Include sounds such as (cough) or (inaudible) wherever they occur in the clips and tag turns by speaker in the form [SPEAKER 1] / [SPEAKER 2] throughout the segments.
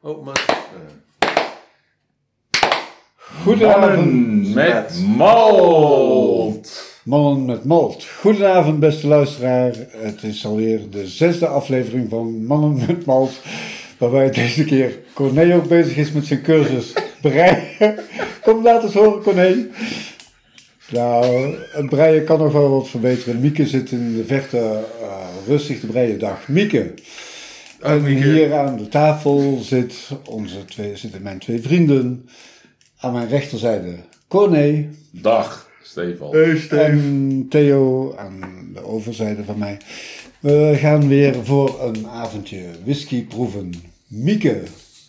[SPEAKER 1] Oh, maar.
[SPEAKER 2] Goedenavond
[SPEAKER 3] Met malt.
[SPEAKER 2] Mannen met Malt. Goedenavond beste luisteraar. Het is alweer de zesde aflevering van Mannen met Malt. Waarbij deze keer Corné ook bezig is met zijn cursus breien. Kom laat eens horen Corné. Nou, het breien kan nog wel wat verbeteren. Mieke zit in de verte eh, rustig te breien. Dag Mieke. En
[SPEAKER 1] Mieke.
[SPEAKER 2] hier aan de tafel zit onze twee, zitten mijn twee vrienden. Aan mijn rechterzijde Corné.
[SPEAKER 3] Dag, Stefan.
[SPEAKER 2] En Theo aan de overzijde van mij. We gaan weer voor een avondje whisky proeven. Mieke,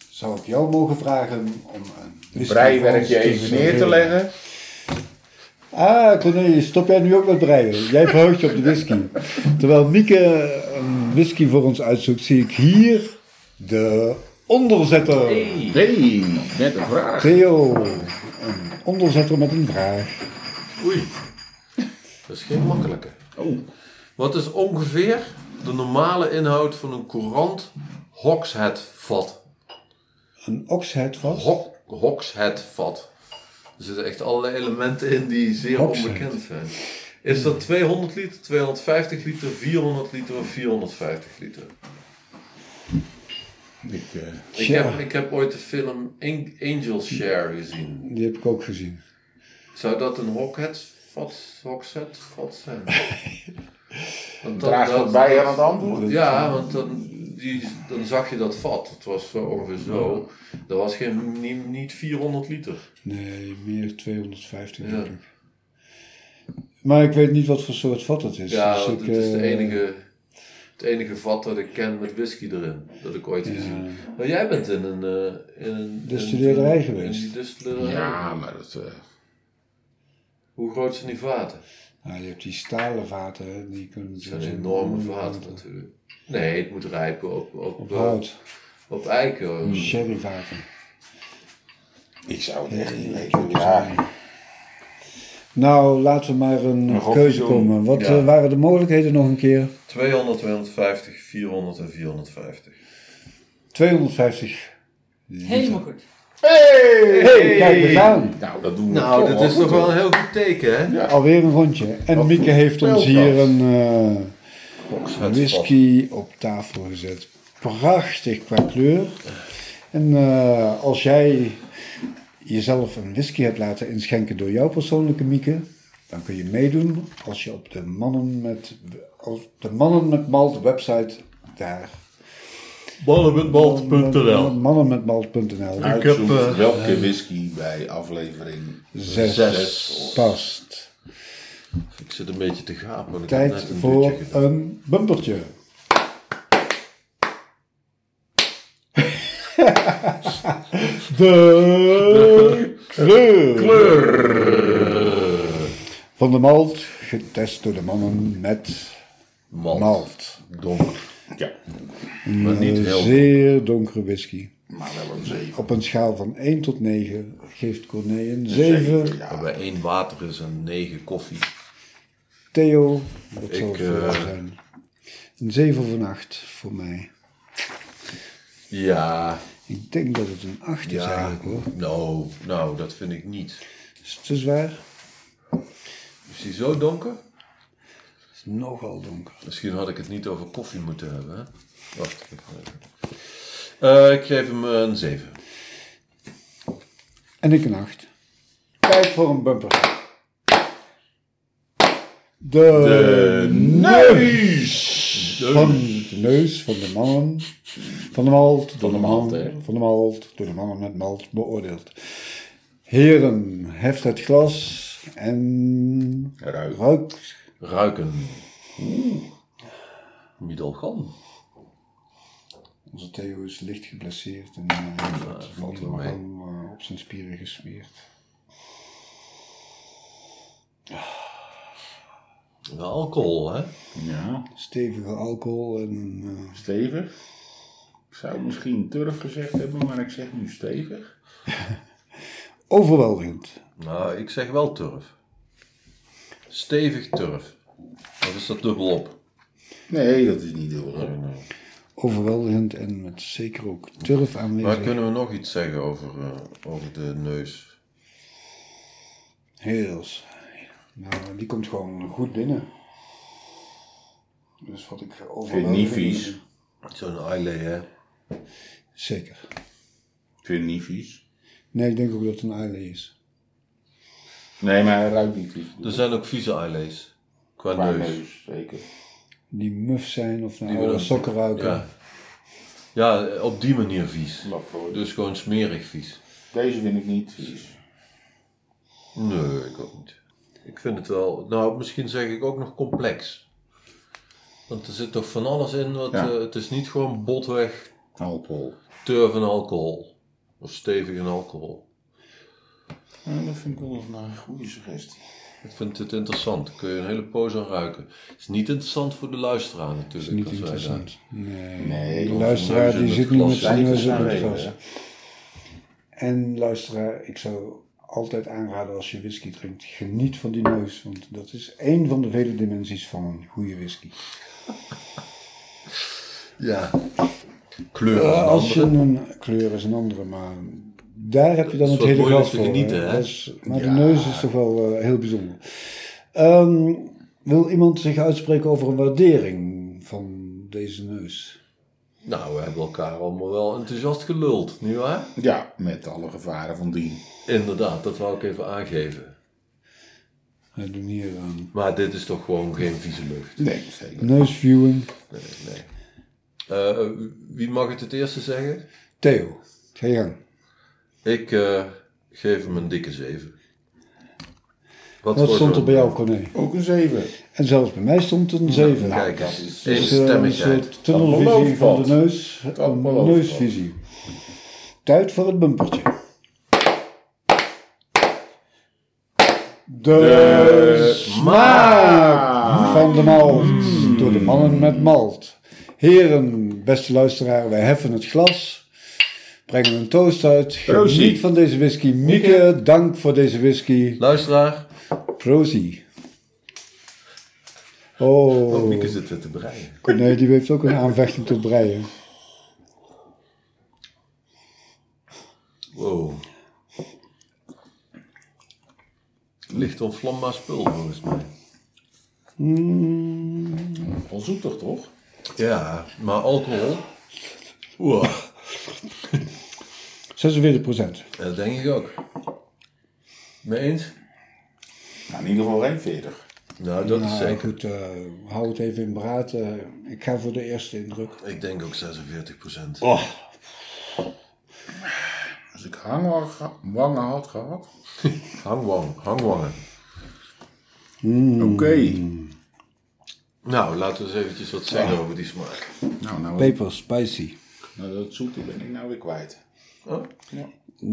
[SPEAKER 2] zou ik jou mogen vragen om een whisky voor
[SPEAKER 3] Breiwerkje
[SPEAKER 2] ons
[SPEAKER 3] even neer te
[SPEAKER 2] serveren?
[SPEAKER 3] leggen.
[SPEAKER 2] Ah, Cornelis, stop jij nu ook met breien? Jij verheugt je op de whisky. Terwijl Mieke een whisky voor ons uitzoekt, zie ik hier de onderzetter.
[SPEAKER 3] Nee, net een vraag.
[SPEAKER 2] Theo, een onderzetter met een vraag.
[SPEAKER 1] Oei. Dat is geen makkelijke.
[SPEAKER 3] Oh,
[SPEAKER 1] Wat is ongeveer de normale inhoud van een courant hogshead vat?
[SPEAKER 2] Een oxhead vast?
[SPEAKER 1] Hok, hogshead vat. Er zitten echt allerlei elementen in die zeer
[SPEAKER 2] Hogshead.
[SPEAKER 1] onbekend zijn. Is dat 200 liter, 250 liter, 400 liter of 450 liter?
[SPEAKER 3] ik, eh,
[SPEAKER 1] Ik
[SPEAKER 2] Tja.
[SPEAKER 1] heb, ik heb ooit de film Ang- Angel Share gezien.
[SPEAKER 2] Die heb ik ook gezien.
[SPEAKER 1] Zou dat een hogshead vat, hogshead vat
[SPEAKER 2] (laughs)
[SPEAKER 1] zijn? Want dat-
[SPEAKER 3] draagt
[SPEAKER 1] dat-
[SPEAKER 3] wat bij aan het antwoord.
[SPEAKER 1] Ja, want dan, die, dan zag je dat vat. Het was zo ongeveer zo. Dat was geen, niet, niet 400 liter.
[SPEAKER 2] Nee, meer 250
[SPEAKER 1] Ja.
[SPEAKER 2] denk ik. Maar ik weet niet wat voor soort vat het is.
[SPEAKER 1] Ja,
[SPEAKER 2] dus
[SPEAKER 1] want
[SPEAKER 2] ik,
[SPEAKER 1] het is de
[SPEAKER 2] eh,
[SPEAKER 1] enige, het enige vat dat ik ken met whisky erin. Dat ik ooit gezien
[SPEAKER 2] Ja.
[SPEAKER 1] heb. Maar jij bent in een... eh, in een
[SPEAKER 2] Distillerij
[SPEAKER 1] in- In
[SPEAKER 2] geweest.
[SPEAKER 1] die distillerij.
[SPEAKER 3] Ja, maar dat... eh,
[SPEAKER 1] Hoe groot zijn die vaten?
[SPEAKER 2] Nou, je hebt die stalen vaten, hè, die kunnen... dus
[SPEAKER 1] Dat zijn enorme vaten natuurlijk. Nee, het moet rijpen op, op,
[SPEAKER 2] Op hout, Hmm.
[SPEAKER 1] op eiken.
[SPEAKER 2] sherryvaten.
[SPEAKER 3] ik zou het echt niet weten. Ja,
[SPEAKER 2] Nou, laten we maar een
[SPEAKER 3] Nog
[SPEAKER 2] keuze
[SPEAKER 3] opzoeken.
[SPEAKER 2] komen. Wat
[SPEAKER 1] Ja.
[SPEAKER 2] eh, waren de mogelijkheden nog een keer?
[SPEAKER 1] 200, 250, 400 en 450.
[SPEAKER 2] 250.
[SPEAKER 4] Helemaal goed.
[SPEAKER 3] hey,
[SPEAKER 2] hey, kijk, we gaan.
[SPEAKER 3] Nou, dat doen we
[SPEAKER 1] Nou,
[SPEAKER 3] dit
[SPEAKER 1] dit is toch wel een heel goed teken, hè?
[SPEAKER 2] Alweer een rondje. En
[SPEAKER 3] Wat
[SPEAKER 2] Mieke
[SPEAKER 3] voor
[SPEAKER 2] heeft ons
[SPEAKER 3] spelkast?
[SPEAKER 2] hier een eh, whisky op tafel gezet. Prachtig qua kleur. En eh, als jij jezelf een whisky hebt laten inschenken door jouw persoonlijke Mieke, dan kun je meedoen als je op de Mannen met, op de mannen met Malt website daar. Mannenmetmalt.nl.
[SPEAKER 3] Ik
[SPEAKER 1] heb, eh,
[SPEAKER 3] welke whisky bij aflevering
[SPEAKER 2] Zes,
[SPEAKER 3] zes.
[SPEAKER 2] past.
[SPEAKER 1] Ik zit een beetje te gapen. want ik heb
[SPEAKER 2] Tijd
[SPEAKER 1] net een
[SPEAKER 2] voor
[SPEAKER 1] dutje gedaan.
[SPEAKER 2] een bumpertje. (laughs) De kleur. van de malt, getest door de mannen met
[SPEAKER 1] Malt.
[SPEAKER 2] malt.
[SPEAKER 1] Donker.
[SPEAKER 3] Ja,
[SPEAKER 2] Een
[SPEAKER 1] Maar niet
[SPEAKER 2] eh,
[SPEAKER 1] heel
[SPEAKER 2] zeer donkere whisky.
[SPEAKER 3] maar wel een zeven.
[SPEAKER 2] Op een schaal van 1 tot 9 geeft Corné een
[SPEAKER 3] Zeven,
[SPEAKER 2] 7.
[SPEAKER 3] ja.
[SPEAKER 1] Waarbij één water is en negen koffie.
[SPEAKER 2] Theo, dat zal
[SPEAKER 1] Ik,
[SPEAKER 2] het voor jou
[SPEAKER 1] eh,
[SPEAKER 2] zijn. Een 7 of een 8 voor mij.
[SPEAKER 1] Ja.
[SPEAKER 2] Ik denk dat het een 8 is
[SPEAKER 1] Ja.
[SPEAKER 2] eigenlijk hoor.
[SPEAKER 1] Nou, nou, dat vind ik niet.
[SPEAKER 2] Is het te zwaar?
[SPEAKER 1] Is die zo donker?
[SPEAKER 2] is nogal donker.
[SPEAKER 1] Misschien had ik het niet over koffie moeten hebben, hè? Wacht even. Eh, ik geef hem een 7.
[SPEAKER 2] En ik een acht. Tijd voor een bumper. De, neus. Van de neus van de mannen. Van de malt. Van
[SPEAKER 3] de
[SPEAKER 2] de
[SPEAKER 3] malt,
[SPEAKER 2] malt.
[SPEAKER 3] hè?
[SPEAKER 2] Van de malt. Door de mannen met malt beoordeeld. Heren, heft het glas. En
[SPEAKER 3] Ruik.
[SPEAKER 2] ruik.
[SPEAKER 1] Ruiken. Middelgan.
[SPEAKER 2] Onze Theo is licht geblesseerd. En eh wordt
[SPEAKER 1] valt
[SPEAKER 2] nu
[SPEAKER 1] wel mee.
[SPEAKER 2] wel, eh, op zijn spieren gesmeerd.
[SPEAKER 1] Wel Alcohol, hè?
[SPEAKER 3] Ja,
[SPEAKER 2] Stevige alcohol en een eh,
[SPEAKER 3] stevig. Ik zou misschien turf gezegd hebben, maar ik zeg nu stevig.
[SPEAKER 2] overweldigend.
[SPEAKER 1] Nou, ik zeg wel turf. Stevig turf. Wat is dat dubbelop?
[SPEAKER 3] Nee, dat is niet heel erg.
[SPEAKER 2] overweldigend en met zeker ook turf aanwezig.
[SPEAKER 1] Maar kunnen we nog iets zeggen over, eh, over de neus?
[SPEAKER 2] Heel. s- Nou, die komt gewoon goed binnen. Dus wat ik overal.
[SPEAKER 3] Vind je niet vies?
[SPEAKER 1] Zo'n eyelay, hè?
[SPEAKER 2] Zeker.
[SPEAKER 3] Ik vind het niet vies.
[SPEAKER 2] Nee, ik denk ook dat het een eyelay is.
[SPEAKER 3] Nee, maar hij ruikt niet vies.
[SPEAKER 1] Er zijn ook vieze eyelays. Qua,
[SPEAKER 3] Qua
[SPEAKER 1] neus.
[SPEAKER 3] neus, zeker.
[SPEAKER 2] Die muf zijn of naar
[SPEAKER 1] Die
[SPEAKER 2] oude
[SPEAKER 1] willen-
[SPEAKER 2] sokken ruiken.
[SPEAKER 1] Ja. ja, op die manier vies.
[SPEAKER 3] Laf hoor.
[SPEAKER 1] Dus gewoon smerig vies.
[SPEAKER 3] Deze vind ik niet vies.
[SPEAKER 1] Nee, ik ook niet. Ik vind het wel. Nou, misschien zeg ik ook nog complex. Want er zit toch van alles in. Wat,
[SPEAKER 3] Ja.
[SPEAKER 1] eh, het is niet gewoon botweg
[SPEAKER 3] Alcohol.
[SPEAKER 1] turf en alcohol. Of stevig en alcohol.
[SPEAKER 3] Ja, dat vind ik wel een eh, goede suggestie.
[SPEAKER 1] Ik vind het interessant. Daar kun je een hele poos aan ruiken. Het is niet interessant voor de luisteraar natuurlijk.
[SPEAKER 2] Niet
[SPEAKER 1] als wij daar-
[SPEAKER 2] interessant. Nee.
[SPEAKER 3] Nee,
[SPEAKER 2] die
[SPEAKER 3] onze
[SPEAKER 2] luisteraar
[SPEAKER 1] neus in
[SPEAKER 2] die
[SPEAKER 1] het
[SPEAKER 2] zit niet met
[SPEAKER 1] glas.
[SPEAKER 2] zijn neus in
[SPEAKER 3] Cijfers
[SPEAKER 2] het
[SPEAKER 3] zijn
[SPEAKER 2] glas. En luisteraar, ik zou altijd aanraden als je whisky drinkt, geniet van die neus. Want dat is één van de vele dimensies van een goede whisky.
[SPEAKER 1] Ja. Kleur.
[SPEAKER 2] Eh, als je
[SPEAKER 1] je...
[SPEAKER 2] een kleur is een andere, maar daar heb je dan
[SPEAKER 1] Dat is
[SPEAKER 2] het
[SPEAKER 1] wat
[SPEAKER 2] hele
[SPEAKER 1] moeilijk
[SPEAKER 2] glas
[SPEAKER 1] te
[SPEAKER 2] voor. hè.
[SPEAKER 1] genieten, hè?
[SPEAKER 2] Dat is- maar
[SPEAKER 3] Ja.
[SPEAKER 2] de neus is toch wel eh, heel bijzonder. Ehm, wil iemand zich uitspreken over een waardering van deze neus?
[SPEAKER 1] Nou, we hebben elkaar allemaal wel enthousiast geluld, nietwaar?
[SPEAKER 3] Ja, met alle gevaren van dien.
[SPEAKER 1] Inderdaad, dat wou ik even aangeven.
[SPEAKER 2] We doen hier aan.
[SPEAKER 1] Maar dit is toch gewoon geen vieze lucht.
[SPEAKER 3] Nee, zeker.
[SPEAKER 2] Neusviewing.
[SPEAKER 1] Nee. Eh, wie mag het het eerste zeggen?
[SPEAKER 2] Theo, ga je gang.
[SPEAKER 1] Ik eh, geef hem een dikke 7.
[SPEAKER 2] Wat stond er bij jou, Corné?
[SPEAKER 3] Ook een 7.
[SPEAKER 2] En zelfs bij mij stond een 7.
[SPEAKER 1] Kijk
[SPEAKER 3] dat
[SPEAKER 1] eens,
[SPEAKER 3] is-
[SPEAKER 2] Dus, eh,
[SPEAKER 1] eenstemmigheid.
[SPEAKER 2] Een soort tunnelvisie
[SPEAKER 3] belooft
[SPEAKER 2] van
[SPEAKER 3] wat.
[SPEAKER 2] de neus.
[SPEAKER 3] Dat
[SPEAKER 2] Een
[SPEAKER 3] belooft
[SPEAKER 2] neusvisie. Tijd voor het bumpertje. De,
[SPEAKER 1] Dus.
[SPEAKER 2] smaak van de malt. Door de mannen met malt. Heren, beste luisteraar, wij heffen het glas. Brengen een toast uit.
[SPEAKER 3] Proost.
[SPEAKER 2] Geniet van deze whisky. Mieke, dank voor deze whisky.
[SPEAKER 1] Luisteraar,
[SPEAKER 2] Proosie.
[SPEAKER 1] oh,
[SPEAKER 2] Oh.
[SPEAKER 1] Mieke zit weer te breien.
[SPEAKER 2] Nee, die heeft ook een aanvechting tot breien.
[SPEAKER 1] Wow. Licht onvlambaar spul volgens mij.
[SPEAKER 3] Al zoet toch toch?
[SPEAKER 1] Ja, maar alcohol? Wow,
[SPEAKER 2] 46 procent.
[SPEAKER 1] dat eh, denk ik ook. Mee eens?
[SPEAKER 3] Nou, in ieder geval geen 40.
[SPEAKER 1] Nou, dat is zeker.
[SPEAKER 2] goed, eh, hou het even in beraad. eh, ik ga voor de eerste indruk.
[SPEAKER 1] Ik denk ook 46 procent.
[SPEAKER 2] Oh.
[SPEAKER 3] Als ik hangwangen ga- wangen had gehad.
[SPEAKER 1] Hangwang, hangwangen.
[SPEAKER 2] Hmm.
[SPEAKER 3] Oké.
[SPEAKER 1] Nou, laten we eens eventjes wat zeggen over die smaak.
[SPEAKER 3] Nou, nou,
[SPEAKER 2] Peper, spicy.
[SPEAKER 3] nou, dat zoete ben ik nou weer kwijt.
[SPEAKER 1] Oh,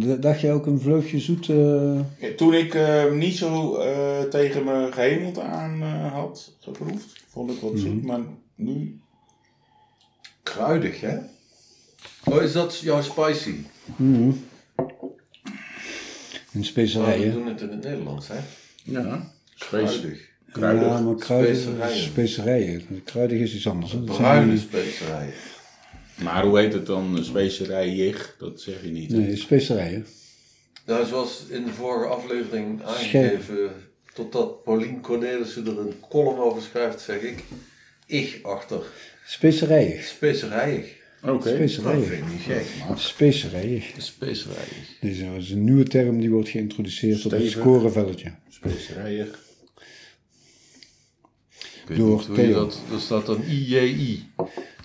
[SPEAKER 2] D- dacht jij ook een vleugje zoet? eh,
[SPEAKER 3] Ja, toen ik eh, niet zo eh, tegen mijn gehemeld aan eh, had geproefd, vond ik
[SPEAKER 2] Hmm.
[SPEAKER 3] wat zoet. Maar nu,
[SPEAKER 1] Kruidig, hè? Oh, is dat jouw spicy?
[SPEAKER 2] in
[SPEAKER 1] Maar Oh, we
[SPEAKER 2] specerijen?
[SPEAKER 1] doen het in het Nederlands, hè?
[SPEAKER 3] ja,
[SPEAKER 1] Kruidig.
[SPEAKER 3] kruidig.
[SPEAKER 2] Ja, maar kruidig
[SPEAKER 1] Specerijen.
[SPEAKER 2] specerijen. specerijen. Kruidig is iets anders. hè.
[SPEAKER 3] Oh,
[SPEAKER 2] Dat zijn
[SPEAKER 1] Bruine
[SPEAKER 2] die-
[SPEAKER 1] specerijen.
[SPEAKER 3] Maar hoe heet het dan? Specerijig? Dat zeg je niet.
[SPEAKER 2] Nee, specerijen.
[SPEAKER 1] Nou, zoals in de vorige aflevering aangegeven, totdat Paulien Cornelissen er een column over schrijft, zeg ik, ik achter.
[SPEAKER 2] Specerijen.
[SPEAKER 1] Specerijen.
[SPEAKER 3] Oké.
[SPEAKER 1] Dat
[SPEAKER 2] Specerijen. Ah,
[SPEAKER 1] vind ik niet gek.
[SPEAKER 2] Specerijen.
[SPEAKER 1] Specerijen.
[SPEAKER 2] Dit is een- is een nieuwe term die wordt geïntroduceerd op het
[SPEAKER 3] Stevig.
[SPEAKER 2] scorenvelletje.
[SPEAKER 3] Specerijig.
[SPEAKER 1] Ik weet
[SPEAKER 2] Door
[SPEAKER 1] niet hoe je
[SPEAKER 2] Theo.
[SPEAKER 1] dat, er staat dan IJI.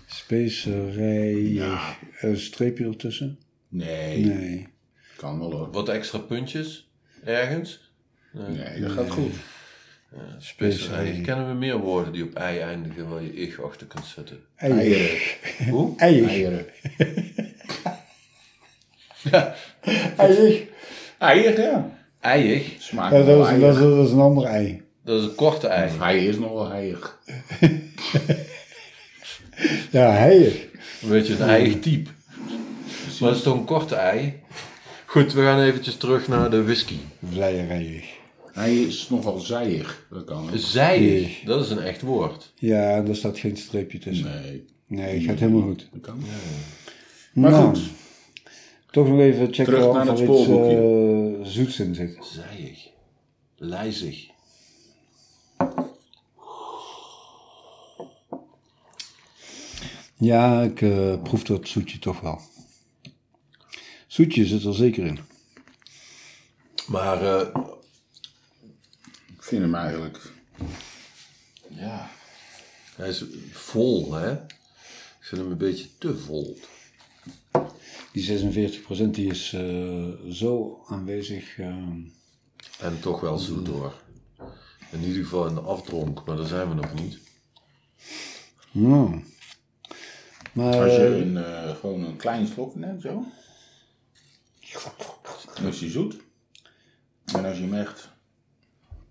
[SPEAKER 2] Specerijen.
[SPEAKER 3] Ja.
[SPEAKER 2] Eh, streepje ertussen?
[SPEAKER 3] Nee,
[SPEAKER 2] Nee.
[SPEAKER 3] kan wel hoor.
[SPEAKER 1] Wat extra puntjes, ergens.
[SPEAKER 3] Nee, dat gaat goed.
[SPEAKER 1] Specerijen. Kennen we meer woorden die op ei eindigen waar je ik achter kunt zetten?
[SPEAKER 2] Eieren.
[SPEAKER 1] Hoe?
[SPEAKER 2] Eieren.
[SPEAKER 3] Eieren.
[SPEAKER 2] Eieren.
[SPEAKER 3] Eieren, ja.
[SPEAKER 1] Eiig,
[SPEAKER 3] Smaakt
[SPEAKER 2] Ja,
[SPEAKER 3] wel
[SPEAKER 2] dat, is, dat,
[SPEAKER 3] eier.
[SPEAKER 2] is, dat is een ander ei.
[SPEAKER 1] dat is een korte ei.
[SPEAKER 3] Hij is nog wel heilig.
[SPEAKER 2] Ja, heier.
[SPEAKER 1] Een beetje een eiig type. Maar dat is toch een korte ei? Goed, we gaan eventjes terug naar de whisky.
[SPEAKER 2] Vleierijig.
[SPEAKER 3] Hij is nogal zijig. Dat kan ook.
[SPEAKER 1] Zijig, dat is een echt woord.
[SPEAKER 2] Ja, daar staat geen streepje tussen.
[SPEAKER 3] Nee.
[SPEAKER 2] Nee, gaat helemaal goed.
[SPEAKER 3] Dat kan.
[SPEAKER 2] Maar
[SPEAKER 3] Nou,
[SPEAKER 2] goed. Toch nog even
[SPEAKER 3] Terug
[SPEAKER 2] checken of
[SPEAKER 3] naar
[SPEAKER 2] er
[SPEAKER 3] het
[SPEAKER 2] iets
[SPEAKER 3] spoorboekje.
[SPEAKER 2] eh, zoets in zit.
[SPEAKER 1] Zijig. Lijzig.
[SPEAKER 2] Ja, ik eh, proef dat zoetje toch wel. Zoetje zit er zeker in.
[SPEAKER 1] Maar eh,
[SPEAKER 3] Ik vind hem eigenlijk. Ja.
[SPEAKER 1] hij is vol, hè? Ik vind hem een beetje te vol.
[SPEAKER 2] Die 46% die is eh, zo aanwezig. eh,
[SPEAKER 3] ehm.
[SPEAKER 1] En toch wel zoet
[SPEAKER 2] Hmm.
[SPEAKER 1] hoor. In ieder geval in de afdronk, maar daar zijn we nog niet.
[SPEAKER 2] nou. Maar
[SPEAKER 3] Als je
[SPEAKER 2] eh,
[SPEAKER 3] een, eh, gewoon een klein slok neemt, zo. Dan is die zoet. En als je hem echt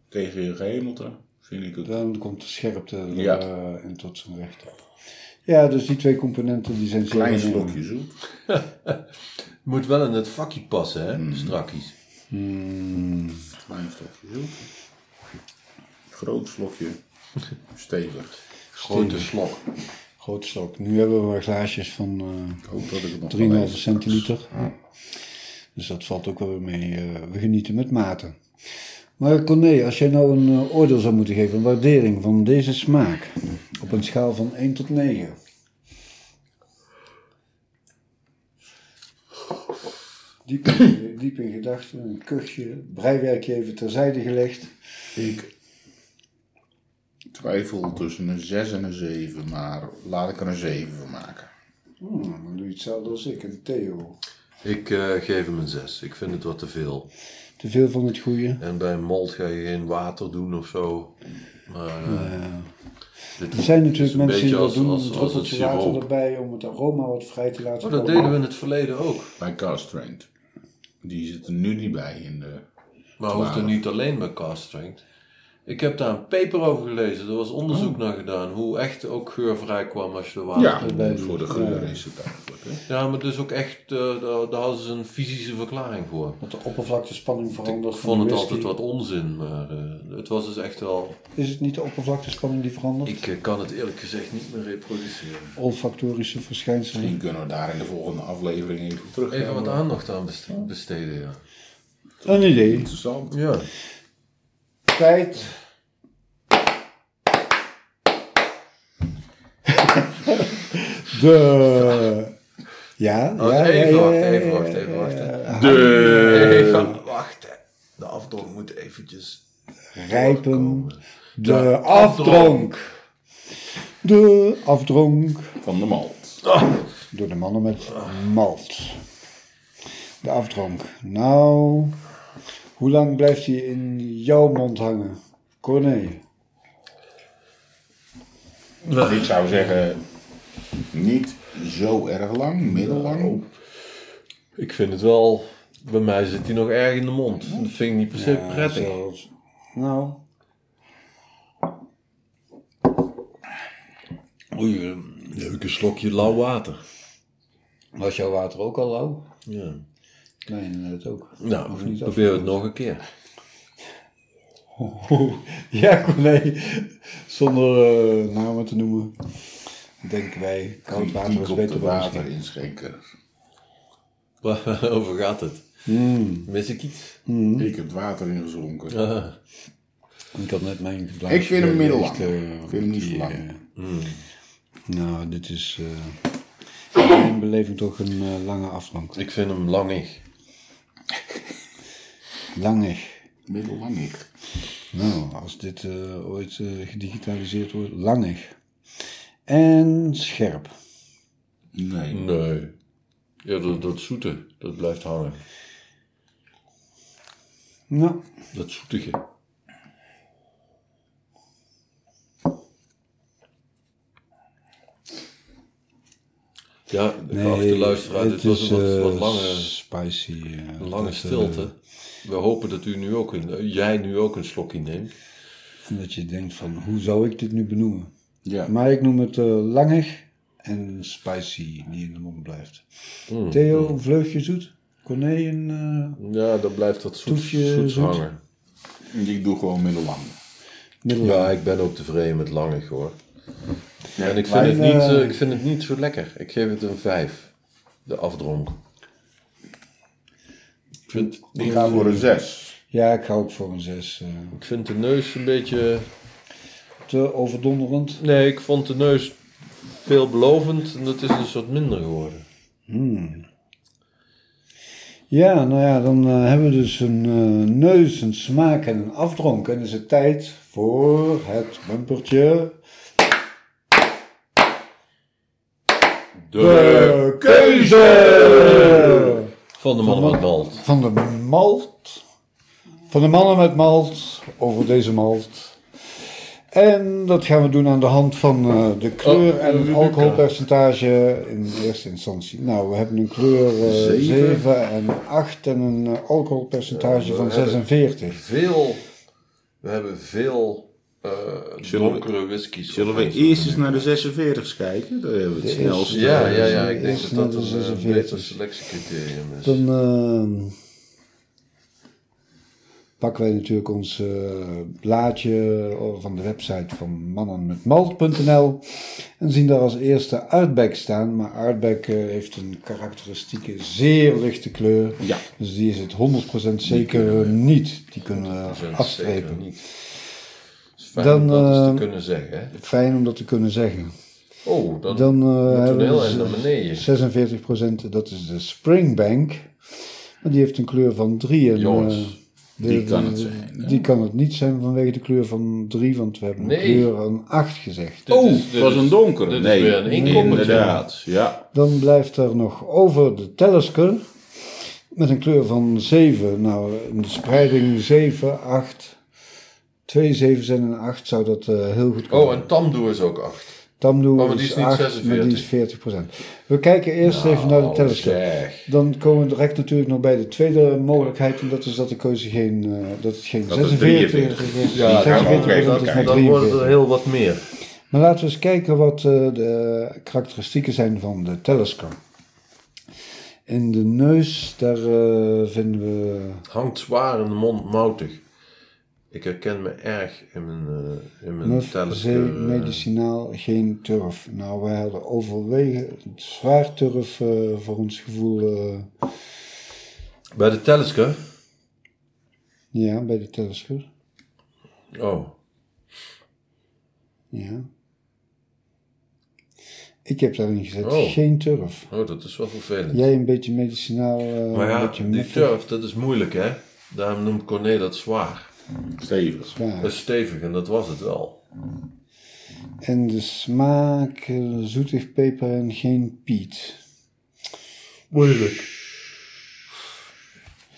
[SPEAKER 3] tegen je gehemelte, vind ik het.
[SPEAKER 2] eh, dan komt de scherpte er,
[SPEAKER 3] Ja.
[SPEAKER 2] eh, in tot zijn recht. Ja, dus die twee componenten die zijn
[SPEAKER 3] Klein
[SPEAKER 2] zeker in.
[SPEAKER 3] slokje zoet.
[SPEAKER 1] Moet wel in het vakje passen, hè?
[SPEAKER 2] Hmm.
[SPEAKER 1] Strakkies.
[SPEAKER 2] Mm,
[SPEAKER 3] Klein slokje zoet. Groot (laughs) slokje. Stevig.
[SPEAKER 1] Grote slok.
[SPEAKER 2] groot slok. Nu hebben we maar glaasjes van eh,
[SPEAKER 3] Ik hoop dat ik het nog wel
[SPEAKER 2] 3,5
[SPEAKER 3] even-
[SPEAKER 2] centiliter. Dus dat valt ook wel weer mee. eh, we genieten met mate. Maar Corné, als jij nou een eh, oordeel zou moeten geven, een waardering van deze smaak op een schaal van 1 tot 9. Diep in, eh, diep in gedachten, een kuchje, breiwerkje even terzijde gelegd.
[SPEAKER 3] Ik twijfel tussen een 6 en een 7, maar laat ik er een 7 van maken.
[SPEAKER 2] Hmm, dan doe je hetzelfde als ik, een Theo.
[SPEAKER 1] Ik eh, geef hem een 6. Ik vind het wat te veel.
[SPEAKER 2] Te veel van het goede.
[SPEAKER 1] En bij een malt ga je geen water doen of zo. Maar eh, dit
[SPEAKER 2] Nou Er zijn natuurlijk
[SPEAKER 1] is een
[SPEAKER 2] mensen die
[SPEAKER 1] beetje
[SPEAKER 2] dat
[SPEAKER 1] als-
[SPEAKER 2] doen,
[SPEAKER 1] als- als
[SPEAKER 2] een
[SPEAKER 1] het
[SPEAKER 2] druppeltje water
[SPEAKER 1] siroop.
[SPEAKER 2] erbij om het aroma wat vrij te laten
[SPEAKER 1] Oh, dat
[SPEAKER 2] komen.
[SPEAKER 1] deden we in het verleden ook.
[SPEAKER 3] Bij Carstrained. Die zit er nu niet bij in de...
[SPEAKER 1] Maar hoeft er
[SPEAKER 3] Twaalf.
[SPEAKER 1] niet alleen met cast strength. Ik heb daar een paper over gelezen. Er was onderzoek
[SPEAKER 2] Oh.
[SPEAKER 1] naar gedaan. Hoe echt ook geur vrij kwam als je er water
[SPEAKER 3] Ja,
[SPEAKER 1] in-
[SPEAKER 3] voor de geur is het eigenlijk. Hè?
[SPEAKER 1] Ja, maar dus ook echt, eh, daar, daar hadden ze een fysische verklaring voor.
[SPEAKER 2] Dat de oppervlaktespanning verandert.
[SPEAKER 1] Ik
[SPEAKER 2] van
[SPEAKER 1] vond het
[SPEAKER 2] de whisky.
[SPEAKER 1] altijd wat onzin, maar eh, het was dus echt wel...
[SPEAKER 2] Is het niet de oppervlaktespanning die verandert?
[SPEAKER 1] Ik eh, kan het eerlijk gezegd niet meer reproduceren.
[SPEAKER 2] Olfactorische verschijnselen.
[SPEAKER 3] Misschien kunnen we daar in de volgende aflevering even op terug.
[SPEAKER 1] Even wat aandacht aan best- besteden, ja. Oh,
[SPEAKER 2] Een idee.
[SPEAKER 3] Interessant.
[SPEAKER 1] Ja.
[SPEAKER 2] Tijd. (laughs) De. Ja,
[SPEAKER 1] Oh,
[SPEAKER 2] ja, ja,
[SPEAKER 1] even
[SPEAKER 2] ja,
[SPEAKER 1] wachten,
[SPEAKER 2] ja,
[SPEAKER 1] even
[SPEAKER 2] ja,
[SPEAKER 1] wachten,
[SPEAKER 2] ja,
[SPEAKER 1] even
[SPEAKER 2] ja.
[SPEAKER 1] wachten. Even wachten. De afdronk moet eventjes...
[SPEAKER 2] Rijpen. De
[SPEAKER 1] De
[SPEAKER 2] afdronk. De afdronk.
[SPEAKER 3] Van de malt.
[SPEAKER 2] Door de mannen met malt. De afdronk. Nou, hoe lang blijft hij in jouw mond hangen? Corné.
[SPEAKER 3] Ik zou zeggen, niet zo erg lang, middellang.
[SPEAKER 1] Ik vind het wel... Bij mij zit hij nog erg in de mond. Dat vind ik niet per se prettig.
[SPEAKER 2] zelfs. Nou.
[SPEAKER 1] Oei, een leuke slokje lauw water.
[SPEAKER 2] Was jouw water ook al lauw?
[SPEAKER 1] Ja.
[SPEAKER 2] Nee, net ook. Of
[SPEAKER 1] Nou,
[SPEAKER 2] niet
[SPEAKER 1] probeer het nog een keer. (laughs)
[SPEAKER 2] Oh, Ja, Corné. Zonder eh, namen te noemen. Denken wij, koud water
[SPEAKER 3] Kritiek
[SPEAKER 2] is
[SPEAKER 3] op de
[SPEAKER 2] beter
[SPEAKER 3] water
[SPEAKER 2] water.
[SPEAKER 3] inschenken.
[SPEAKER 1] Waarover gaat het? Mis ik iets?
[SPEAKER 3] Ik heb het water ingezonken.
[SPEAKER 1] Ah,
[SPEAKER 2] Ik had net mijn glaasje
[SPEAKER 3] Ik vind hem
[SPEAKER 2] leeg,
[SPEAKER 3] middellang.
[SPEAKER 2] eh,
[SPEAKER 3] Ik vind hem niet zo
[SPEAKER 2] die,
[SPEAKER 3] lang.
[SPEAKER 2] eh,
[SPEAKER 1] Hmm.
[SPEAKER 2] Nou, dit is eh in mijn beleving toch een eh, lange
[SPEAKER 1] (laughs)
[SPEAKER 2] afdronk.
[SPEAKER 1] ik vind hem langig.
[SPEAKER 2] Langig.
[SPEAKER 3] Middellang ik.
[SPEAKER 2] Nou, als dit eh, ooit eh, gedigitaliseerd wordt, langig. En scherp.
[SPEAKER 3] Nee.
[SPEAKER 1] Nee. Ja, dat, dat zoete, dat blijft hangen.
[SPEAKER 2] Nou,
[SPEAKER 1] Dat zoetige. Ja, geachte luisteraar, dit was een wat, wat
[SPEAKER 2] eh,
[SPEAKER 1] lange,
[SPEAKER 2] spicy. eh,
[SPEAKER 1] een lange
[SPEAKER 2] dat, eh,
[SPEAKER 1] stilte. We hopen dat u nu ook een, eh, jij nu ook een slokje neemt.
[SPEAKER 2] en dat je denkt van, hoe zou ik dit nu benoemen?
[SPEAKER 3] Ja.
[SPEAKER 2] Maar ik noem het eh, langig en spicy, die in de mond blijft. Theo, een vleugje zoet. Corné, een... eh,
[SPEAKER 1] Ja, dan blijft dat zoet,
[SPEAKER 2] Toefje
[SPEAKER 1] zoets
[SPEAKER 2] zoet.
[SPEAKER 1] hangen.
[SPEAKER 3] Ik doe gewoon middellang.
[SPEAKER 2] Middellang.
[SPEAKER 1] Ja, ik ben ook tevreden met langig hoor. Ja, en ik vind,
[SPEAKER 2] Maar,
[SPEAKER 1] het niet,
[SPEAKER 2] eh,
[SPEAKER 1] eh, ik vind het niet zo lekker. Ik geef het een 5. De afdronk. Ik vind,
[SPEAKER 3] Die gaan voor een 6.
[SPEAKER 2] Ja, ik ga ook voor een eh. 6.
[SPEAKER 1] ik vind de neus een beetje.
[SPEAKER 2] te overdonderend.
[SPEAKER 1] Nee, ik vond de neus veelbelovend en dat is een soort minder geworden.
[SPEAKER 2] Hmm. Ja, nou ja, dan eh, hebben we dus een eh, neus, een smaak en een afdronk. En is het tijd voor het bumpertje. De keuze!
[SPEAKER 1] Van de mannen
[SPEAKER 2] Van-
[SPEAKER 1] met malt.
[SPEAKER 2] Van de malt. Van de mannen met malt. Over deze malt. En dat gaan we doen aan de hand van eh, de kleur
[SPEAKER 1] Oh,
[SPEAKER 2] en het
[SPEAKER 1] Luca.
[SPEAKER 2] alcoholpercentage in eerste instantie. Nou, we hebben een kleur
[SPEAKER 1] Zeven.
[SPEAKER 2] 7 en 8 en een eh, alcoholpercentage
[SPEAKER 1] Ja, we
[SPEAKER 2] van
[SPEAKER 1] hebben-
[SPEAKER 2] 46.
[SPEAKER 1] Veel. We hebben veel. eh
[SPEAKER 3] Zullen we-
[SPEAKER 1] donkere whiskies.
[SPEAKER 3] Zullen we
[SPEAKER 1] Of-
[SPEAKER 3] eerst eens naar de 46 kijken? Daar hebben we het
[SPEAKER 2] De
[SPEAKER 3] snelst.
[SPEAKER 2] eerste.
[SPEAKER 1] Ja, ja, ja. Ik
[SPEAKER 2] Eh,
[SPEAKER 1] denk
[SPEAKER 2] is
[SPEAKER 1] dat dat
[SPEAKER 2] net als
[SPEAKER 1] een eh,
[SPEAKER 2] 46.
[SPEAKER 1] beter selectiecriterium is.
[SPEAKER 2] Dan ehm, pakken wij natuurlijk ons eh, blaadje van de website van mannenmetmalt.nl en zien daar als eerste Outback staan. Maar Outback eh, heeft een karakteristieke, zeer lichte kleur.
[SPEAKER 3] Ja.
[SPEAKER 2] Dus die is het 100% zeker niet. Die kunnen we
[SPEAKER 1] Zeker
[SPEAKER 2] afstrepen.
[SPEAKER 1] niet. Is fijn
[SPEAKER 2] Dan,
[SPEAKER 1] om dat eens
[SPEAKER 2] eh,
[SPEAKER 1] te kunnen zeggen. hè.
[SPEAKER 2] Fijn om dat te kunnen zeggen.
[SPEAKER 1] Oh, dan,
[SPEAKER 2] Dan eh,
[SPEAKER 1] moet
[SPEAKER 2] hebben
[SPEAKER 1] toneel
[SPEAKER 2] we
[SPEAKER 1] en naar beneden.
[SPEAKER 2] 46%, dat is de Springbank. Maar die heeft een kleur van 3. En,
[SPEAKER 1] Jongens,
[SPEAKER 2] eh, de-
[SPEAKER 3] die kan het
[SPEAKER 2] de-
[SPEAKER 3] zijn, hè?
[SPEAKER 2] Die kan het niet zijn vanwege de kleur van 3, want we hebben
[SPEAKER 1] Nee.
[SPEAKER 2] een kleur van 8 gezegd.
[SPEAKER 1] Dit
[SPEAKER 3] Oeh,
[SPEAKER 1] is-
[SPEAKER 3] Oh, het
[SPEAKER 1] dit
[SPEAKER 3] was
[SPEAKER 1] is-
[SPEAKER 3] een donkere.
[SPEAKER 1] dit is
[SPEAKER 3] nee,
[SPEAKER 1] weer een inkomertje.
[SPEAKER 3] inderdaad. Ja.
[SPEAKER 2] Dan blijft er nog over de Telesker met een kleur van 7. Nou, een spreiding 7, 8. Twee zevens en een 8 zou dat eh, heel goed kunnen.
[SPEAKER 1] Oh, en Tamdoe is ook 8.
[SPEAKER 2] Tamdoe
[SPEAKER 1] Oh, maar die is niet Nou,
[SPEAKER 2] 8, maar die is 40%. We kijken eerst even naar de Telesker. Dan komen we direct natuurlijk nog bij de tweede mogelijkheid. En dat is dat de keuze geen, eh, dat het geen
[SPEAKER 3] Dat het
[SPEAKER 2] 46 is.
[SPEAKER 1] Ja, dat
[SPEAKER 3] gaan we ook
[SPEAKER 2] 46 is
[SPEAKER 3] even
[SPEAKER 2] maar 43.
[SPEAKER 3] kijken.
[SPEAKER 1] Dan eh, worden er heel wat meer.
[SPEAKER 2] Maar laten we eens kijken wat eh, de karakteristieken zijn van de telescoop. In de neus, daar eh, vinden we...
[SPEAKER 1] Hangt zwaar en mondmoutig. Ik herken me erg in mijn, eh in mijn
[SPEAKER 2] Muf, zee,
[SPEAKER 1] telescoop.
[SPEAKER 2] medicinaal, geen turf. Nou, wij hadden overwegend zwaar turf eh, voor ons gevoel eh,
[SPEAKER 1] Bij de telescoop?
[SPEAKER 2] ja, bij de telescoop.
[SPEAKER 1] Oh,
[SPEAKER 2] Ja. Ik heb daarin gezet,
[SPEAKER 1] Oh.
[SPEAKER 2] geen turf.
[SPEAKER 1] oh, dat is wel vervelend.
[SPEAKER 2] Jij een beetje medicinaal, eh,
[SPEAKER 1] maar
[SPEAKER 2] een
[SPEAKER 1] ja,
[SPEAKER 2] beetje
[SPEAKER 1] die
[SPEAKER 2] muffig,
[SPEAKER 1] turf, dat is moeilijk hè. Daarom noemt Corné dat zwaar.
[SPEAKER 3] Stevig.
[SPEAKER 2] zwaar.
[SPEAKER 1] Dat is stevig en dat was het wel.
[SPEAKER 2] En de smaak, eh, zoetig peper en geen piet.
[SPEAKER 1] Moeilijk.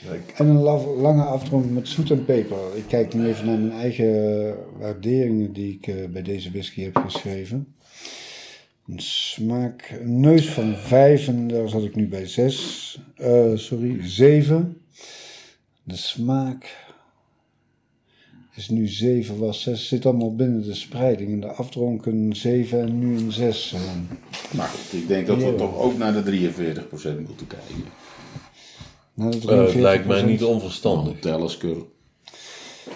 [SPEAKER 1] ik,
[SPEAKER 2] En een laf- lange afdronk met zoet en peper. Ik kijk nu even naar mijn eigen eh, waarderingen die ik eh, bij deze whisky heb geschreven. Een smaak, een neus van 5 en daar zat ik nu bij 6. sorry, 7. De smaak is nu 7, was 6. Zit allemaal binnen de spreiding. En de afdronk een 7 en nu een eh, 6.
[SPEAKER 3] Maar goed, ik denk dat we
[SPEAKER 2] Ja.
[SPEAKER 3] toch ook naar de 43% moeten kijken.
[SPEAKER 2] Na de
[SPEAKER 1] eh, het lijkt
[SPEAKER 2] 43%.
[SPEAKER 1] mij niet
[SPEAKER 3] Van
[SPEAKER 1] onverstandig.
[SPEAKER 3] Teleskur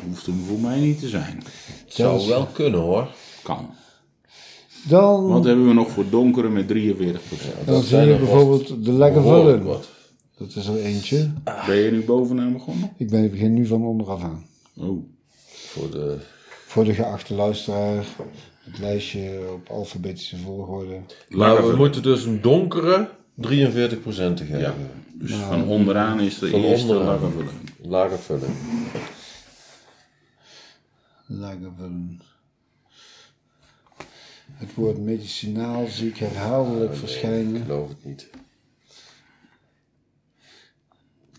[SPEAKER 3] hoeft hem voor mij niet te zijn.
[SPEAKER 1] Het zou wel kunnen hoor.
[SPEAKER 3] Kan.
[SPEAKER 2] Dan,
[SPEAKER 3] Wat hebben we nog voor donkere met 43%?
[SPEAKER 2] dan
[SPEAKER 1] dat
[SPEAKER 2] zie
[SPEAKER 1] zijn
[SPEAKER 2] je
[SPEAKER 1] er vast
[SPEAKER 2] bijvoorbeeld de lekker
[SPEAKER 1] Behoorlijk
[SPEAKER 2] vullen.
[SPEAKER 1] wat.
[SPEAKER 2] Dat is er eentje.
[SPEAKER 3] Ben je nu bovenaan begonnen?
[SPEAKER 2] Ik ben ik begin nu van onderaf aan.
[SPEAKER 3] Oh.
[SPEAKER 1] Voor de
[SPEAKER 2] Voor de geachte luisteraar, het lijstje op alfabetische volgorde.
[SPEAKER 1] Maar we
[SPEAKER 3] Lagerveld.
[SPEAKER 1] moeten dus een donkere 43% geven.
[SPEAKER 3] Ja. Dus van onderaan is de
[SPEAKER 1] Nou, Van
[SPEAKER 3] eerste
[SPEAKER 1] onderaan.
[SPEAKER 3] Lagerveld.
[SPEAKER 1] Lager vullen.
[SPEAKER 2] Lagervullen. Het woord medicinaal zie ik herhaaldelijk
[SPEAKER 1] Ik
[SPEAKER 2] verschijnen.
[SPEAKER 1] geloof het niet.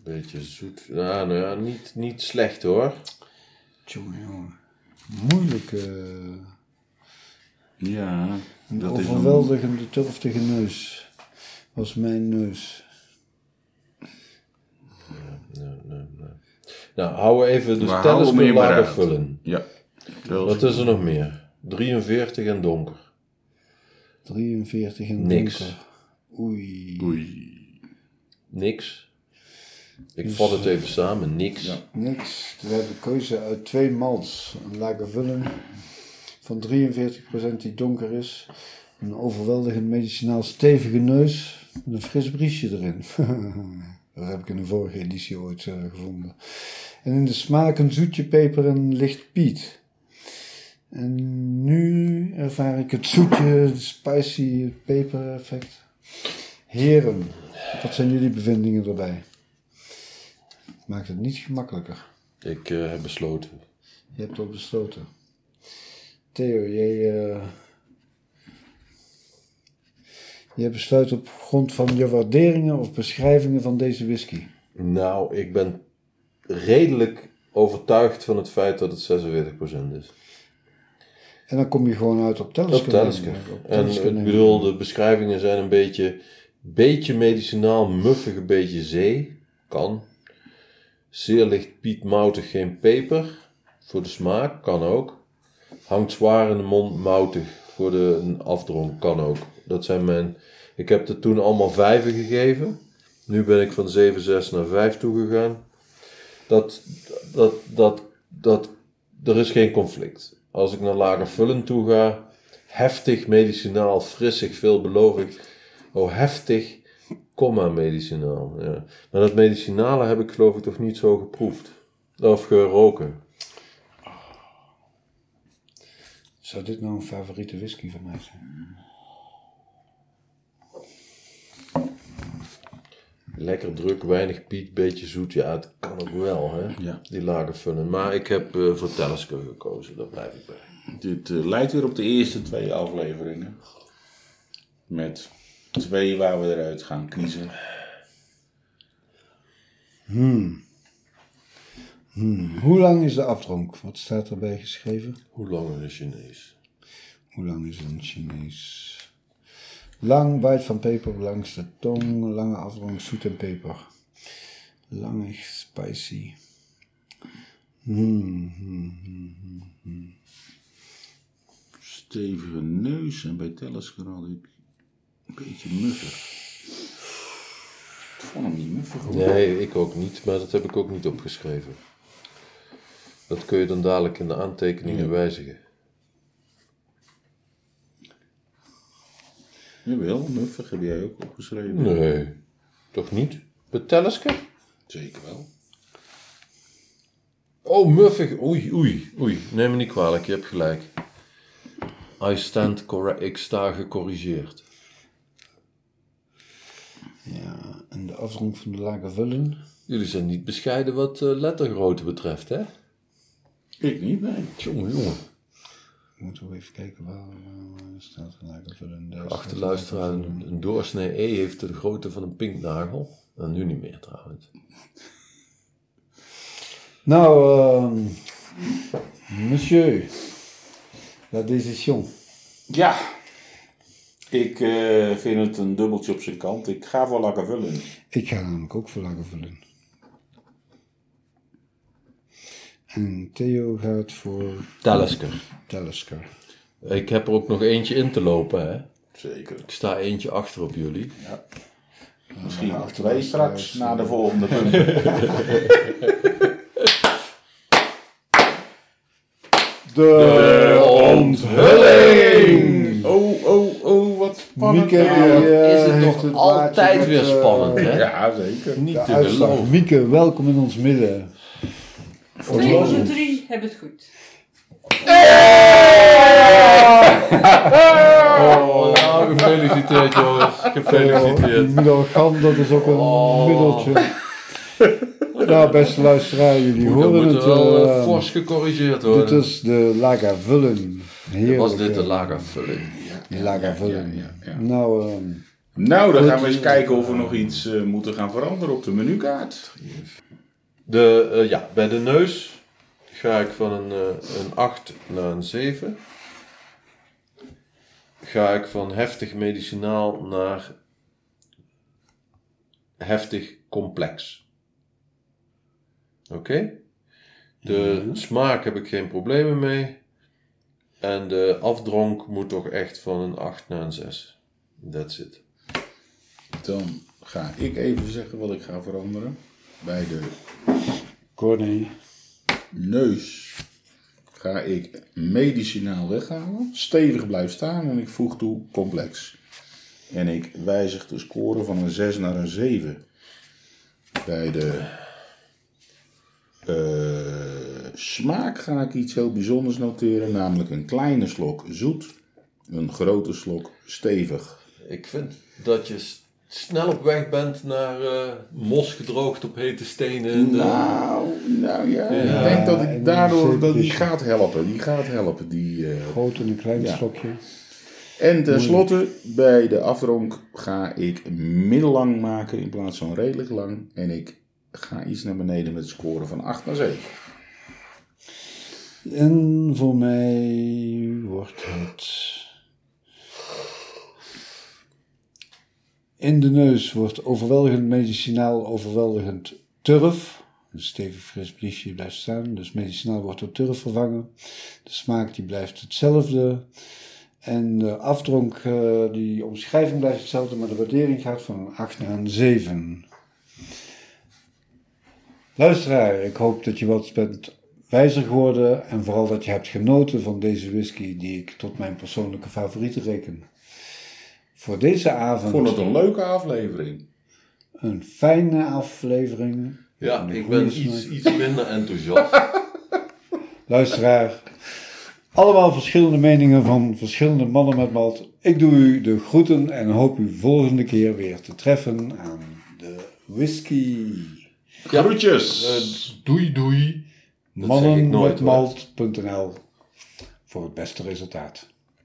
[SPEAKER 1] Beetje zoet. Ja, nou ja, niet, niet slecht hoor.
[SPEAKER 2] Tjonge, jongen. Moeilijke, eh,
[SPEAKER 3] Ja,
[SPEAKER 2] een
[SPEAKER 3] dat is een...
[SPEAKER 2] overweldigende turftige neus. Was mijn neus.
[SPEAKER 1] Nee, nee, nee. Nou, houden we even
[SPEAKER 3] We
[SPEAKER 1] de
[SPEAKER 3] houden
[SPEAKER 1] tellers
[SPEAKER 3] hem
[SPEAKER 1] met
[SPEAKER 3] hier maar
[SPEAKER 1] lager
[SPEAKER 3] uit.
[SPEAKER 1] vullen.
[SPEAKER 3] Ja.
[SPEAKER 1] Wat is er nog meer? 43 en donker.
[SPEAKER 2] 43 en
[SPEAKER 1] Niks.
[SPEAKER 2] donker. Oei.
[SPEAKER 3] Oei.
[SPEAKER 1] Niks. Ik vat het even samen. Niks.
[SPEAKER 3] Ja.
[SPEAKER 2] Niks. We hebben keuze uit twee mals. Een lagervullen van 43% die donker is. Een overweldigend medicinaal stevige neus met een fris briesje erin. (laughs) Dat heb ik in de vorige editie ooit eh, gevonden. En in de smaak een zoetje peper en licht piet. En nu ervaar ik het zoetje, de spicy peper effect. Heren, wat zijn jullie bevindingen erbij? Maakt het niet gemakkelijker.
[SPEAKER 1] Ik eh, heb besloten.
[SPEAKER 2] Je hebt al besloten. Theo, jij. eh, jij besluit op grond van je waarderingen of beschrijvingen van deze whisky.
[SPEAKER 1] Nou, ik ben redelijk overtuigd van het feit dat het 46% is.
[SPEAKER 2] En dan kom je gewoon uit op Talisker.
[SPEAKER 1] Op Talisker.
[SPEAKER 2] neem ik. Op
[SPEAKER 1] En
[SPEAKER 2] Talisker neem
[SPEAKER 1] ik
[SPEAKER 2] ik.
[SPEAKER 1] bedoel, de beschrijvingen zijn een beetje, beetje medicinaal, muffig, een beetje zee. Kan. Zeer licht pietmoutig, geen peper. Voor de smaak, kan ook. Hangt zwaar in de mond, moutig. Voor de een afdronk, kan ook. Dat zijn mijn... Ik heb er toen allemaal vijven gegeven. Nu ben ik van 7,6 naar 5 toegegaan. Dat, dat, dat, dat, er is geen conflict. Als ik naar lager vullen toe ga, heftig, medicinaal, frissig, veelbelovend. Oh, heftig, comma, medicinaal. Ja. Maar dat medicinale heb ik geloof ik toch niet zo geproefd. Of geroken.
[SPEAKER 2] Zou dit nou een favoriete whisky van mij zijn?
[SPEAKER 1] Lekker druk, weinig piet, beetje zoet. Ja, het kan ook wel, hè?
[SPEAKER 3] Ja.
[SPEAKER 1] Die lager vullen. Maar ik heb eh, voor Talisker gekozen, daar blijf ik bij.
[SPEAKER 3] Dit eh, lijkt weer op de eerste twee afleveringen. Met twee waar we eruit gaan kiezen.
[SPEAKER 2] Hoe lang is de afdronk? Wat staat erbij geschreven?
[SPEAKER 1] Hoe lang is een Chinees?
[SPEAKER 2] Hoe lang is een Chinees? Lang, wijd van peper langs de tong, lange afdronk, zoet en peper. Langig, spicy. Hmm, hmm, hmm, hmm, hmm.
[SPEAKER 3] Stevige neus en bij Tellesker had ik een beetje muffig. Ik vond hem niet muffig. hoor.
[SPEAKER 1] Nee, ik ook niet, maar dat heb ik ook niet opgeschreven. Dat kun je dan dadelijk in de aantekeningen wijzigen.
[SPEAKER 3] Jawel, muffig heb jij ook opgeschreven.
[SPEAKER 1] Nee, toch niet? Bij Talisker?
[SPEAKER 3] Zeker wel.
[SPEAKER 1] Oh, muffig. Oei, oei, oei. Neem me niet kwalijk, je hebt gelijk. I stand correct. Ik sta gecorrigeerd.
[SPEAKER 2] Ja, Eh, en de afdronk van de lage vullen.
[SPEAKER 1] Jullie zijn niet bescheiden wat eh, lettergrootte betreft, hè?
[SPEAKER 3] Ik niet, nee.
[SPEAKER 1] Jongen, jongen.
[SPEAKER 2] Moeten we even kijken waar, waar- waar staat de lage vullen. Daar staat
[SPEAKER 1] Achter
[SPEAKER 2] de
[SPEAKER 1] luisteraar,
[SPEAKER 2] lage vullen.
[SPEAKER 1] een, een doorsnee E heeft de grootte van een pinknagel. En nu niet meer trouwens.
[SPEAKER 2] Nou, ehm, monsieur, la décision.
[SPEAKER 3] Ja. Ik eh, vind het een dubbeltje op zijn kant. Ik ga voor Lakker vullen.
[SPEAKER 2] Ik ga namelijk ook voor lager vullen. En Theo gaat voor
[SPEAKER 1] Talisker.
[SPEAKER 2] Talisker.
[SPEAKER 1] Ik heb er ook nog eentje in te lopen, hè?
[SPEAKER 3] Zeker.
[SPEAKER 1] Ik sta eentje achter op jullie.
[SPEAKER 3] Misschien nog
[SPEAKER 2] achter
[SPEAKER 3] twee
[SPEAKER 2] ons
[SPEAKER 3] straks
[SPEAKER 2] thuis,
[SPEAKER 3] na (laughs) de volgende punt.
[SPEAKER 2] De
[SPEAKER 1] onthulling!
[SPEAKER 3] oh, oh, oh, wat spannend.
[SPEAKER 2] Mieke
[SPEAKER 3] Ja,
[SPEAKER 2] die, eh,
[SPEAKER 1] Is het
[SPEAKER 2] heeft
[SPEAKER 1] nog
[SPEAKER 2] het
[SPEAKER 1] altijd
[SPEAKER 2] laatje
[SPEAKER 1] weer
[SPEAKER 2] met, eh,
[SPEAKER 1] spannend, hè?
[SPEAKER 3] ja, zeker.
[SPEAKER 1] Niet
[SPEAKER 2] De
[SPEAKER 1] te geloven.
[SPEAKER 2] uitslag. Mieke, welkom in ons midden.
[SPEAKER 5] Twee van de drie hebben het goed.
[SPEAKER 1] Oh, nou, gefeliciteerd jongens. Gefeliciteerd.
[SPEAKER 2] Middelgam, dat is ook een
[SPEAKER 1] Oh.
[SPEAKER 2] middeltje.
[SPEAKER 1] (laughs)
[SPEAKER 2] Nou, beste luisteraar, jullie
[SPEAKER 1] Dan
[SPEAKER 2] horen
[SPEAKER 1] wordt
[SPEAKER 2] het.
[SPEAKER 1] er wel eh,
[SPEAKER 2] eh,
[SPEAKER 1] fors gecorrigeerd
[SPEAKER 2] dit
[SPEAKER 1] worden.
[SPEAKER 2] is de Laga Vullen. Heerlijk,
[SPEAKER 1] Was dit de
[SPEAKER 2] eh,
[SPEAKER 1] lager vulling?
[SPEAKER 2] die Laga Vullen.
[SPEAKER 3] ja, ja, ja.
[SPEAKER 2] Nou, ehm,
[SPEAKER 3] Nou, dan gaan we eens kijken of we nog iets eh, moeten gaan veranderen op de menukaart.
[SPEAKER 1] De, eh, ja, bij de neus ga ik van een, eh, een 8 naar een 7. Ga ik van heftig medicinaal naar heftig complex. Oké? De smaak heb ik geen problemen mee. En de afdronk moet toch echt van een 8 naar een 6. That's it.
[SPEAKER 3] Dan ga ik even zeggen wat ik ga veranderen. Bij de
[SPEAKER 2] Corné.
[SPEAKER 3] neus ga ik medicinaal weghalen, stevig blijf staan en ik voeg toe complex. En ik wijzig de score van een 6 naar een 7. Bij de eh, smaak ga ik iets heel bijzonders noteren, namelijk een kleine slok zoet, een grote slok stevig.
[SPEAKER 4] Ik vind dat je s- snel op weg bent naar eh, mos gedroogd op hete stenen. en, eh,
[SPEAKER 3] Nou, nou ja, ik denk dat
[SPEAKER 2] en
[SPEAKER 3] ik daardoor,
[SPEAKER 2] een
[SPEAKER 3] dat die
[SPEAKER 2] zeepje.
[SPEAKER 3] gaat helpen, die gaat helpen. Die, eh,
[SPEAKER 2] Groot en een klein
[SPEAKER 3] Ja.
[SPEAKER 2] slokje.
[SPEAKER 3] En tenslotte, bij de afdronk ga ik middellang maken in plaats van redelijk lang. En ik ga iets naar beneden met scoren van 8 naar 7.
[SPEAKER 2] En voor mij wordt het. In de neus wordt overweldigend medicinaal, overweldigend turf. Een stevig fris briefje blijft staan, dus medicinaal wordt door turf vervangen. De smaak die blijft hetzelfde. En de afdronk, eh, die omschrijving blijft hetzelfde, maar de waardering gaat van een 8 naar een 7. Luisteraar, ik hoop dat je wat bent wijzer geworden en vooral dat je hebt genoten van deze whisky die ik tot mijn persoonlijke favoriete reken. Voor deze
[SPEAKER 3] Ik
[SPEAKER 2] avond
[SPEAKER 3] vond het een leuke aflevering.
[SPEAKER 2] een fijne aflevering.
[SPEAKER 1] Ja,
[SPEAKER 2] Een
[SPEAKER 1] ik
[SPEAKER 2] goede
[SPEAKER 1] ben
[SPEAKER 2] smaak.
[SPEAKER 1] iets, iets minder enthousiast.
[SPEAKER 2] Luisteraar, allemaal verschillende meningen van verschillende mannen met malt. Ik doe u de groeten en hoop u volgende keer weer te treffen aan de whisky.
[SPEAKER 4] Ja.
[SPEAKER 3] Groetjes!
[SPEAKER 4] eh, doei doei. Dat zeg ik nooit, hoor.
[SPEAKER 2] Mannenmetmalt.nl voor het beste resultaat.